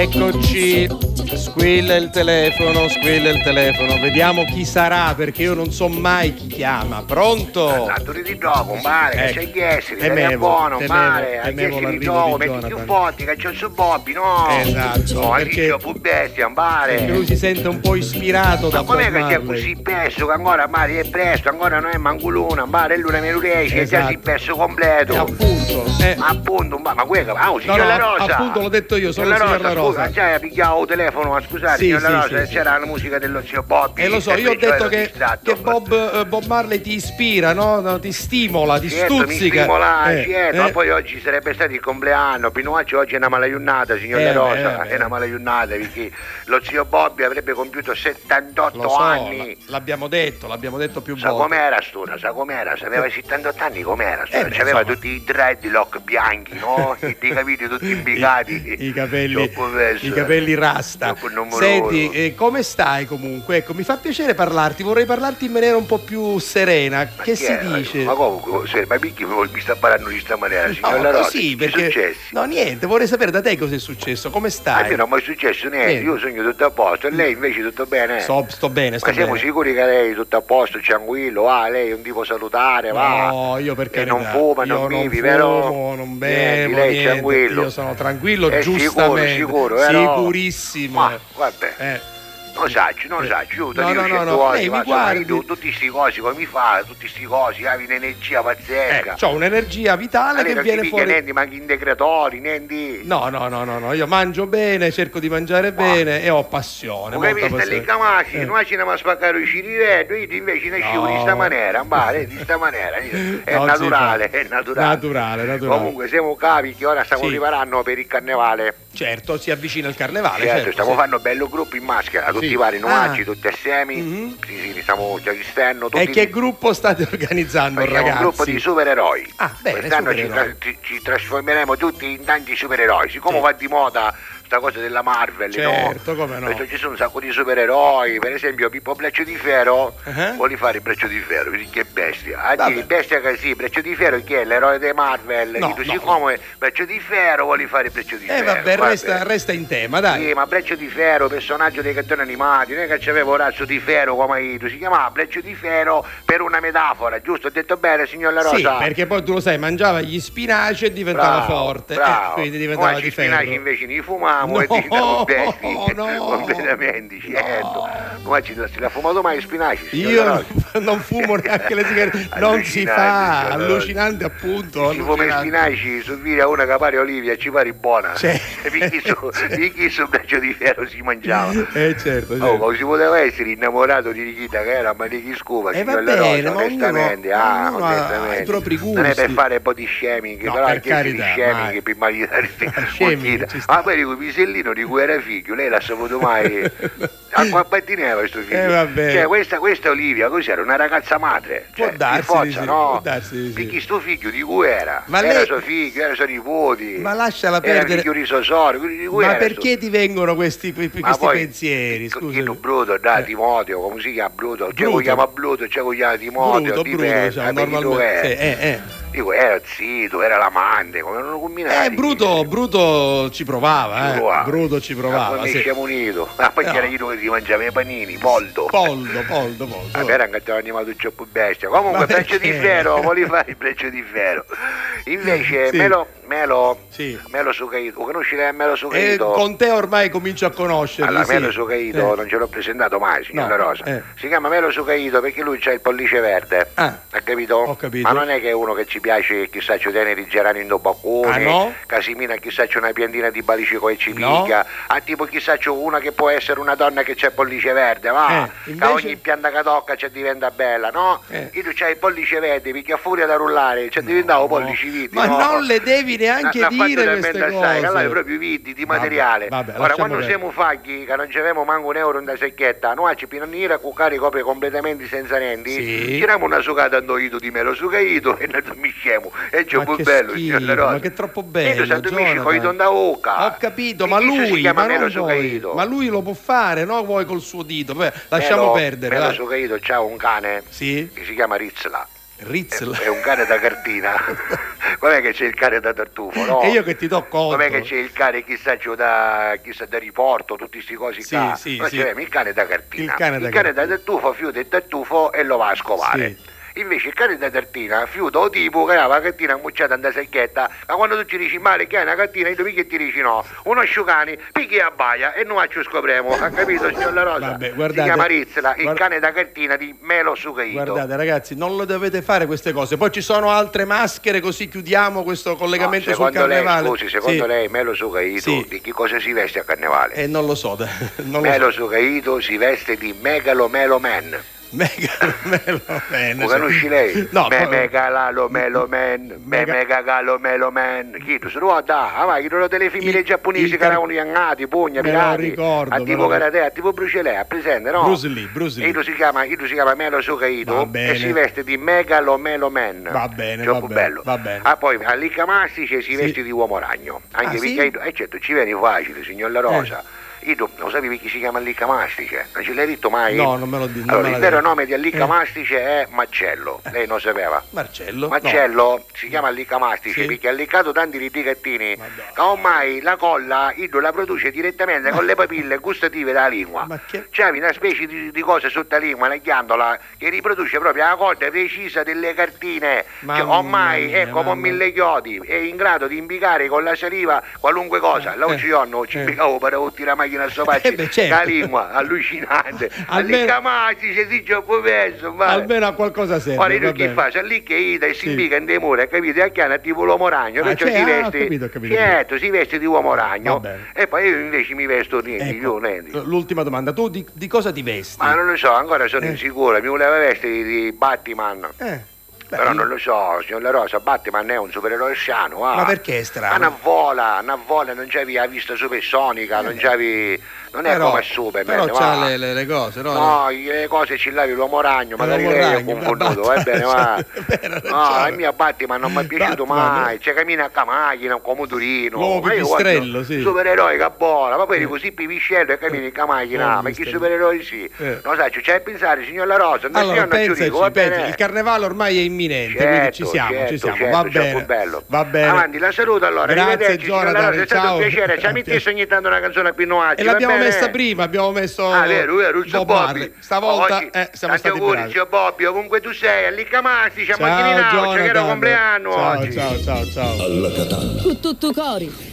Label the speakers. Speaker 1: Eccoci, squilla il telefono, squilla il telefono, vediamo chi sarà perché io non so mai chi chiama. Pronto?
Speaker 2: Tanto di dopo, mare, che c'è
Speaker 1: Oh. Ecco.
Speaker 2: Ghesseri, che è
Speaker 1: Temevo,
Speaker 2: buono,
Speaker 1: temevo,
Speaker 2: mare, a
Speaker 1: temevo
Speaker 2: Ghesseri di
Speaker 1: l'arrivo
Speaker 2: dopo,
Speaker 1: di
Speaker 2: metti più
Speaker 1: Jonathan.
Speaker 2: forti, che c'è su Bobby, no!
Speaker 1: Esatto,
Speaker 2: No,
Speaker 1: perché-
Speaker 2: perché... io fu bestia,
Speaker 1: Perché
Speaker 2: mare!
Speaker 1: lui si sente un po' ispirato da
Speaker 2: Ma
Speaker 1: Bob
Speaker 2: com'è che c'è
Speaker 1: Marley.
Speaker 2: così perso che ancora mare è presto, ancora non è manguluna, mare è l'una meno 10, è già
Speaker 1: Esatto.
Speaker 2: si perso completo!
Speaker 1: Eh, Appunto, eh,
Speaker 2: Appunto, ma, ma quella, ah, oh, signor
Speaker 1: no,
Speaker 2: La Rosa!
Speaker 1: appunto, l'ho detto io, sono
Speaker 2: Signor
Speaker 1: il signor La Rosa.
Speaker 2: Scusa, già pigliavo il telefono, ma scusate,
Speaker 1: Sì,
Speaker 2: signor La
Speaker 1: sì,
Speaker 2: Rosa,
Speaker 1: sì,
Speaker 2: che
Speaker 1: sì.
Speaker 2: c'era la musica dello zio Bobby.
Speaker 1: E eh, lo so,
Speaker 2: e
Speaker 1: io ho
Speaker 2: perciò
Speaker 1: detto
Speaker 2: ero
Speaker 1: che,
Speaker 2: distratto.
Speaker 1: che Bob, eh, Bob Marley ti ispira, no? No, Ti stimola, ti
Speaker 2: Certo, mi
Speaker 1: stuzzica.
Speaker 2: stimola,
Speaker 1: Eh,
Speaker 2: certo, ma
Speaker 1: eh.
Speaker 2: poi oggi sarebbe stato il compleanno, Pinocchio oggi è una malaiunnata, signor
Speaker 1: Eh,
Speaker 2: La
Speaker 1: beh,
Speaker 2: Rosa,
Speaker 1: eh,
Speaker 2: è una
Speaker 1: beh.
Speaker 2: malaiunnata perché lo zio Bobby avrebbe compiuto 78
Speaker 1: Lo so,
Speaker 2: anni.
Speaker 1: la- l'abbiamo detto, l'abbiamo detto più
Speaker 2: Sa
Speaker 1: volte.
Speaker 2: com'era Stuna, sa com'era, se aveva 78 anni com'era,
Speaker 1: Eh,
Speaker 2: Stuna,
Speaker 1: beh,
Speaker 2: c'aveva
Speaker 1: insomma.
Speaker 2: tutti i dreadlock bianchi, no? I, i capelli tutti imbicati.
Speaker 1: I, i capelli,
Speaker 2: Troppo verso.
Speaker 1: i capelli rasta.
Speaker 2: Troppo numoroso.
Speaker 1: Senti, eh, come stai comunque? Ecco, mi fa piacere parlarti, vorrei parlarti in maniera un po' più serena.
Speaker 2: Ma
Speaker 1: che
Speaker 2: chi
Speaker 1: si
Speaker 2: è?
Speaker 1: dice?
Speaker 2: Ma comunque, se- ma perché mi mi sta parlando di sta maniera, signor La Rosa?
Speaker 1: così,
Speaker 2: Che è
Speaker 1: perché...
Speaker 2: successo?
Speaker 1: No, niente, vorrei sapere da te cosa è successo, come
Speaker 2: A
Speaker 1: stai?
Speaker 2: me Eh, non mi è successo niente,
Speaker 1: Niente.
Speaker 2: io sogno tutto a posto e lei invece tutto bene.
Speaker 1: Eh. Sto, sto bene, sto
Speaker 2: Ma siamo
Speaker 1: bene.
Speaker 2: sicuri che lei è tutto a posto, tranquillo, va, lei è un tipo salutare, va.
Speaker 1: No, io per
Speaker 2: E
Speaker 1: carità,
Speaker 2: non fuma,
Speaker 1: io
Speaker 2: non
Speaker 1: non
Speaker 2: bevi,
Speaker 1: fumo,
Speaker 2: vero?
Speaker 1: non
Speaker 2: Niente,
Speaker 1: bevo,
Speaker 2: lei è
Speaker 1: niente,
Speaker 2: tranquillo.
Speaker 1: io sono tranquillo,
Speaker 2: È
Speaker 1: giustamente,
Speaker 2: Sicuro, sicuro, vero?
Speaker 1: sicurissimo.
Speaker 2: Ma, vabbè.
Speaker 1: Eh.
Speaker 2: Non saccio, non
Speaker 1: Eh.
Speaker 2: saccio, io
Speaker 1: No,
Speaker 2: ti
Speaker 1: no,
Speaker 2: dico
Speaker 1: no,
Speaker 2: certe
Speaker 1: no,
Speaker 2: volte,
Speaker 1: lei mi
Speaker 2: ma insomma,
Speaker 1: guardi.
Speaker 2: io tutti questi cosi come mi fa, tutti sti cosi, avevi un'energia pazzesca.
Speaker 1: Eh, ho un'energia vitale
Speaker 2: ma lei
Speaker 1: che
Speaker 2: non ti
Speaker 1: viene
Speaker 2: piglia
Speaker 1: fuori.
Speaker 2: niente, manchi in decretori, niente.
Speaker 1: No, no, no, no, no, io mangio bene, cerco di mangiare
Speaker 2: Ma-
Speaker 1: bene e ho passione.
Speaker 2: Come
Speaker 1: molta
Speaker 2: mi sta lì
Speaker 1: passione.
Speaker 2: Camacchi,
Speaker 1: Eh.
Speaker 2: non ci andiamo a spaccare i cirivelli, io invece ne
Speaker 1: No.
Speaker 2: scivo di sta maniera, ma eh, di sta maniera, io- è
Speaker 1: Non si
Speaker 2: naturale,
Speaker 1: fa.
Speaker 2: è
Speaker 1: certo.
Speaker 2: naturale.
Speaker 1: Naturale, naturale.
Speaker 2: Comunque siamo capi che ora stiamo
Speaker 1: Sì.
Speaker 2: preparando per il carnevale.
Speaker 1: Certo, si avvicina il carnevale,
Speaker 2: Certo,
Speaker 1: certo.
Speaker 2: stiamo
Speaker 1: sì.
Speaker 2: facendo un bello gruppo in maschera, tutti
Speaker 1: Sì.
Speaker 2: i vari nuacci,
Speaker 1: Ah.
Speaker 2: tutti assieme.
Speaker 1: Mhm.
Speaker 2: Sì, sì, li stiamo chiaristendo tutti.
Speaker 1: E che gruppo state organizzando,
Speaker 2: Facciamo
Speaker 1: ragazzi?
Speaker 2: un gruppo di supereroi.
Speaker 1: Ah, bene,
Speaker 2: Quest'anno ci,
Speaker 1: supereroi.
Speaker 2: tra- ci- ci trasformeremo tutti in tanti supereroi. Siccome
Speaker 1: Sì.
Speaker 2: va di moda sta cosa della Marvel,
Speaker 1: Certo,
Speaker 2: no?
Speaker 1: come no.
Speaker 2: Adesso ci sono un sacco di supereroi. Per esempio, Pippo Breccio di Ferro
Speaker 1: Ah.
Speaker 2: vuole fare il Breccio di Ferro, perché è bestia. A
Speaker 1: Vabbè.
Speaker 2: dire, bestia che sì, Breccio di Ferro chi è? L'eroe dei Marvel.
Speaker 1: No, no.
Speaker 2: Dico, Siccome Breccio di Ferro vuole fare il Breccio di
Speaker 1: Eh,
Speaker 2: Ferro.
Speaker 1: vabbè, resta, resta in tema, dai.
Speaker 2: Sì, ma Breccio di Ferro, personaggio dei cartoni animati, non è che c'avevo Orazio di Ferro come tu, si chiamava Breccio di Ferro per una metafora, giusto? Ho detto bene, signor La Rosa?
Speaker 1: Sì, perché poi tu lo sai, mangiava gli spinaci e diventava
Speaker 2: Bravo,
Speaker 1: forte, eh,
Speaker 2: bravo.
Speaker 1: quindi diventava
Speaker 2: Noi
Speaker 1: di
Speaker 2: ci spinaci
Speaker 1: ferro.
Speaker 2: invece li fumavamo e
Speaker 1: No,
Speaker 2: diventavamo bestie
Speaker 1: no.
Speaker 2: completamente, certo. Noi ci, se l'ha fumato mai gli spinaci? signor
Speaker 1: Io
Speaker 2: La
Speaker 1: non,
Speaker 2: Rosa?
Speaker 1: non fumo neanche le sigarette, non si fa,
Speaker 2: Allucinante,
Speaker 1: allucinante appunto.
Speaker 2: Ci fuma i
Speaker 1: allucinante.
Speaker 2: spinaci, su via una capare Olivia, ci pare buona.
Speaker 1: Sì.
Speaker 2: Perché su,
Speaker 1: Cioè, eh, Sì.
Speaker 2: perché su Breccio di Ferro si mangiava?
Speaker 1: Eh certo,
Speaker 2: Oh,
Speaker 1: certo.
Speaker 2: ma si poteva essere innamorato di Nikita che era ma di chi scuba,
Speaker 1: Eh,
Speaker 2: signor
Speaker 1: va
Speaker 2: La
Speaker 1: bene,
Speaker 2: Rosa,
Speaker 1: ma
Speaker 2: onestamente,
Speaker 1: ognuno-
Speaker 2: ah,
Speaker 1: ognuno ha
Speaker 2: onestamente.
Speaker 1: i propri
Speaker 2: Non è per
Speaker 1: gusti.
Speaker 2: fare un po' di shaming,
Speaker 1: No,
Speaker 2: però
Speaker 1: per
Speaker 2: anche essere
Speaker 1: carità,
Speaker 2: shaming
Speaker 1: mai.
Speaker 2: per maritare
Speaker 1: Shaming, ci sta.
Speaker 2: Ma poi dico pisellino di cui era figlio, lei l'ha saputo mai. A qua pattineva questo figlio.
Speaker 1: Eh, va bene.
Speaker 2: Cioè questa, questa Olivia cos'era? Una ragazza madre.
Speaker 1: Può
Speaker 2: Cioè,
Speaker 1: darsi
Speaker 2: di forza,
Speaker 1: di sì,
Speaker 2: no?
Speaker 1: può darsi di sì.
Speaker 2: Perché sto figlio di cui era?
Speaker 1: Ma
Speaker 2: era
Speaker 1: lei-
Speaker 2: suo figlio, era suo nipote.
Speaker 1: Ma lasciala
Speaker 2: Era
Speaker 1: perdere.
Speaker 2: figlio risosorio, quindi di cui
Speaker 1: Ma
Speaker 2: era sto
Speaker 1: perché ti vengono questi, que-
Speaker 2: ma
Speaker 1: questi
Speaker 2: poi,
Speaker 1: pensieri?
Speaker 2: Tito-
Speaker 1: Scusa. Eh.
Speaker 2: Tito Bruto, dai, Timoteo, come si chiama Bruto? C'è
Speaker 1: Bruto.
Speaker 2: lo chiama Bruto, c'è lo chiama Timoteo,
Speaker 1: Bruto, bruto,
Speaker 2: dipende,
Speaker 1: diciamo,
Speaker 2: vedi dove
Speaker 1: normalmente.
Speaker 2: è.
Speaker 1: Sì, eh, eh.
Speaker 2: Dico, era zitto, era l'amante, come non lo combinati.
Speaker 1: Eh, Bruto, Bruto ci provava, eh. Bruto ci
Speaker 2: Ma
Speaker 1: provava,
Speaker 2: poi
Speaker 1: sì. Eh,
Speaker 2: siamo unito. Ah, poi
Speaker 1: No.
Speaker 2: c'era io che si mangiava i panini, Ah, Poldo.
Speaker 1: Poldo, poldo, poldo.
Speaker 2: Vabbè, era un cartone animato troppo bestia. Comunque,
Speaker 1: Ma
Speaker 2: Breccio di
Speaker 1: perché?
Speaker 2: Ferro, volevi fare il Breccio di Ferro. Invece,
Speaker 1: Sì.
Speaker 2: Melo, Melo,
Speaker 1: Sì.
Speaker 2: Melo Sucaito, conosci lei Melo
Speaker 1: E
Speaker 2: Sucaito?
Speaker 1: Eh, con te ormai comincio a conoscerli.
Speaker 2: Allora,
Speaker 1: Cioè, sì.
Speaker 2: Melo Sucaito
Speaker 1: Eh.
Speaker 2: non ce l'ho presentato mai, signor
Speaker 1: No,
Speaker 2: La Rosa.
Speaker 1: eh.
Speaker 2: Si chiama Melo Sucaito perché lui c'ha il pollice verde.
Speaker 1: Ah,
Speaker 2: ha capito?
Speaker 1: ho capito.
Speaker 2: Ma non è che è uno che ci piace, chissà, ci tiene i gerani in dobaccone,
Speaker 1: Ah, no?
Speaker 2: Casimina, chissà, c'è una piantina di balicico e ci
Speaker 1: No.
Speaker 2: picchia. Ah, tipo, chissà, c'è una che può essere una donna che c'è il pollice verde, va?
Speaker 1: Eh,
Speaker 2: Che
Speaker 1: invece-
Speaker 2: ogni pianta che tocca ci diventa bella, no?
Speaker 1: Eh.
Speaker 2: Io c'ha il pollice verde, perché a furia da rullare, ci diventava pollici viti.
Speaker 1: Ma
Speaker 2: no?
Speaker 1: non le devi neanche
Speaker 2: L'ha fatto
Speaker 1: dire
Speaker 2: talmente
Speaker 1: queste
Speaker 2: assai,
Speaker 1: cose.
Speaker 2: che allora proprio vidi di
Speaker 1: Vabbè,
Speaker 2: materiale.
Speaker 1: vabbè,
Speaker 2: Ora,
Speaker 1: lasciamo
Speaker 2: quando
Speaker 1: perdere.
Speaker 2: siamo faghi, che non c'avevamo manco un euro in da secchietta, noi ci pinaniera con cari copre completamente senza niente,
Speaker 1: Sì.
Speaker 2: tiriamo una sucata a noi di melo sucaito e ne dormisciamo. E c'è
Speaker 1: Ma
Speaker 2: un po'
Speaker 1: che
Speaker 2: bello,
Speaker 1: schifo,
Speaker 2: signor La Rosa.
Speaker 1: ma che è troppo bello,
Speaker 2: Io sono dormisci
Speaker 1: Jonathan.
Speaker 2: con i don da oca.
Speaker 1: Ho capito,
Speaker 2: E
Speaker 1: ma
Speaker 2: questo Si
Speaker 1: lui,
Speaker 2: chiama
Speaker 1: ma, non
Speaker 2: melo
Speaker 1: voi,
Speaker 2: sucaito.
Speaker 1: ma lui lo può fare, no? Voi col suo dito. Beh, lasciamo
Speaker 2: Melo-
Speaker 1: perdere.
Speaker 2: Melo
Speaker 1: dai.
Speaker 2: sucaito c'ha un cane
Speaker 1: Sì?
Speaker 2: che si chiama Rizzla.
Speaker 1: Rizzo.
Speaker 2: È un cane da cartina. Com'è che c'è il cane da tartufo, no?
Speaker 1: E io che ti do conto.
Speaker 2: Com'è che c'è il cane chissà giù da, chissà, da riporto, tutti questi cosi
Speaker 1: Sì,
Speaker 2: qua.
Speaker 1: sì,
Speaker 2: Noi
Speaker 1: sì.
Speaker 2: abbiamo cioè, il cane da cartina.
Speaker 1: Il cane da cartina.
Speaker 2: tartufo fiuta il tartufo e lo va a scovare.
Speaker 1: Sì.
Speaker 2: Invece il cane da cartina fiuta o tipo che ha la cartina ammucciata in secchietta, ma quando tu ci dici male che hai una cartina, io perché ti dici no? Un asciugani, picchi e abbaia e noi ci scopriamo, ha capito signor La Rosa?
Speaker 1: Vabbè, guardate-
Speaker 2: si chiama Rizzla, il
Speaker 1: guard-
Speaker 2: cane da cartina di Melo Sugaito.
Speaker 1: Guardate ragazzi, non lo dovete fare queste cose. Poi ci sono altre maschere, così chiudiamo questo collegamento
Speaker 2: No,
Speaker 1: sul
Speaker 2: Ah, secondo
Speaker 1: carnevale.
Speaker 2: Lei, scusi, secondo
Speaker 1: Sì.
Speaker 2: lei Melo Sugaito
Speaker 1: Sì.
Speaker 2: di che cosa si veste a carnevale?
Speaker 1: Eh, non lo so, da- non lo so.
Speaker 2: Melo Sugaito si veste di Megalo Melo Man.
Speaker 1: Mega, melo, bene,
Speaker 2: Lo
Speaker 1: sì.
Speaker 2: conosci lei?
Speaker 1: No,
Speaker 2: me
Speaker 1: poi-
Speaker 2: Megalalo Melo Man, me
Speaker 1: Mega-
Speaker 2: Megagalo Melo Man. Chi tu se lo dà? Ah, ma chi lo delle femmine
Speaker 1: Il-
Speaker 2: giapponesi
Speaker 1: il
Speaker 2: che
Speaker 1: car-
Speaker 2: erano angati, pugna,
Speaker 1: Me lo
Speaker 2: pirati.
Speaker 1: ricordo,
Speaker 2: a
Speaker 1: me
Speaker 2: tipo
Speaker 1: lo-
Speaker 2: karate, a tipo Bruce Lee, a presente, no?
Speaker 1: Bruce Lee, Bruce Lee.
Speaker 2: Ito si chiama, Ito si chiama Melo
Speaker 1: Va
Speaker 2: Sugaito
Speaker 1: bene.
Speaker 2: e si veste di Megalo Melo Man.
Speaker 1: Va bene,
Speaker 2: Troppo
Speaker 1: va bene,
Speaker 2: bello.
Speaker 1: va bene.
Speaker 2: Ah, poi a Licca Mastice si
Speaker 1: Sì.
Speaker 2: veste di uomo ragno. Anche
Speaker 1: Ah, sì? Eh.
Speaker 2: perché, eh, certo, ci viene facile, signor La Rosa. Ito, lo sapevi chi si chiama Licca Mastice? Non ce l'hai detto mai?
Speaker 1: No, non me lo dico.
Speaker 2: Allora, il vero nome di Allica
Speaker 1: Eh.
Speaker 2: Mastice è Macello, lei non sapeva.
Speaker 1: Marcello. no.
Speaker 2: Macello si chiama Allica Mastice
Speaker 1: Sì.
Speaker 2: perché ha leccato tanti ridicattini
Speaker 1: Madonna.
Speaker 2: che ormai la colla Ido la produce direttamente con le papille gustative della lingua.
Speaker 1: Ma che-
Speaker 2: C'è una specie di, di cosa sotto la lingua, una ghiandola che riproduce proprio la coda precisa delle cartine. Cioè,
Speaker 1: Mamma
Speaker 2: ormai
Speaker 1: mia,
Speaker 2: è come un
Speaker 1: mamma.
Speaker 2: mille chiodi, è in grado di imbicare con la saliva qualunque cosa. La
Speaker 1: Eh,
Speaker 2: ucciono, ci
Speaker 1: eh.
Speaker 2: impica per buttare la macchina al sopaccio.
Speaker 1: Eh beh, certo.
Speaker 2: La lingua, allucinante.
Speaker 1: Almeno-
Speaker 2: Allica Mastice si gioca verso, vale.
Speaker 1: Almeno a qualcosa serve.
Speaker 2: Guarda, io
Speaker 1: va
Speaker 2: che
Speaker 1: bene.
Speaker 2: fa? C'è lì che ida e si
Speaker 1: Sì.
Speaker 2: imbica in dei muri, capito? E a chiana tipo l'uomo ragno,
Speaker 1: Ah,
Speaker 2: perciò
Speaker 1: cioè,
Speaker 2: si
Speaker 1: ah, ho
Speaker 2: veste.
Speaker 1: capito, ho capito.
Speaker 2: certo, si veste di uomo
Speaker 1: Va
Speaker 2: ragno.
Speaker 1: bene.
Speaker 2: E poi io invece mi vesto niente, io
Speaker 1: Ecco,
Speaker 2: niente.
Speaker 1: l'ultima domanda, tu di, di cosa ti vesti?
Speaker 2: Ma non lo so, ancora sono
Speaker 1: Eh.
Speaker 2: insicura, mi voleva vestire di Batman.
Speaker 1: Eh, beh,
Speaker 2: Però non lo so, signor La Rosa, Batman è un supereroe sciano, ah.
Speaker 1: Ma perché è
Speaker 2: Ma
Speaker 1: strano?
Speaker 2: una vola, una vola, non c'avevi la vista supersonica, non c'avevi... Non è come Superman,
Speaker 1: Eh. Però
Speaker 2: va.
Speaker 1: c'ha le, le- le cose, no?
Speaker 2: No, le cose ci lavi l'uomo ragno, magari
Speaker 1: L'uomo
Speaker 2: lei è
Speaker 1: ragno,
Speaker 2: confonduto, va
Speaker 1: la
Speaker 2: bene, ma.
Speaker 1: Batman, è vero, cioè.
Speaker 2: No,
Speaker 1: ragione.
Speaker 2: la mia Batman non mi è piaciuto
Speaker 1: Batman,
Speaker 2: mai. C'è cammina a Camaglia, un comodurino.
Speaker 1: L'uomo
Speaker 2: Ma io
Speaker 1: pipistrello,
Speaker 2: guardo,
Speaker 1: sì.
Speaker 2: Supereroe che buona, ma poi eri così pipiscello e cammina in Camaglia,
Speaker 1: Eh,
Speaker 2: ma chi
Speaker 1: pipistrello.
Speaker 2: supereroi sì.
Speaker 1: Eh.
Speaker 2: Non sai, cioè, c'è da pensare, signor La Rosa, non
Speaker 1: Allora,
Speaker 2: stiamo a
Speaker 1: pensaci,
Speaker 2: Giurico, va
Speaker 1: pensaci,
Speaker 2: bene.
Speaker 1: il carnevale ormai è imminente, quindi ci siamo,
Speaker 2: certo,
Speaker 1: ci siamo,
Speaker 2: certo,
Speaker 1: va
Speaker 2: certo,
Speaker 1: bene.
Speaker 2: bello.
Speaker 1: Va bene.
Speaker 2: Avanti, la saluto allora.
Speaker 1: Grazie
Speaker 2: Arrivederci, signor La Rosa,
Speaker 1: Jonathan,
Speaker 2: è stato
Speaker 1: ciao.
Speaker 2: un piacere. Ci ha messo ogni tanto una canzone a Pino Acci,
Speaker 1: E
Speaker 2: va
Speaker 1: l'abbiamo
Speaker 2: bene?
Speaker 1: messa prima, abbiamo messo
Speaker 2: Ah, vero, vero, il
Speaker 1: Bob
Speaker 2: Bob Bobby.
Speaker 1: Marley. Stavolta
Speaker 2: Oggi,
Speaker 1: eh, siamo
Speaker 2: tanti
Speaker 1: stati
Speaker 2: auguri,
Speaker 1: bravi.
Speaker 2: zio Bobby, ovunque tu sei, a Liccamasti, c'è
Speaker 1: Ciao
Speaker 2: Macchinina, c'è che era
Speaker 1: Jonathan.
Speaker 2: compleanno
Speaker 1: ciao,
Speaker 2: oggi.
Speaker 1: ciao, ciao, ciao.
Speaker 3: alla Catalla.
Speaker 4: Tuttucori.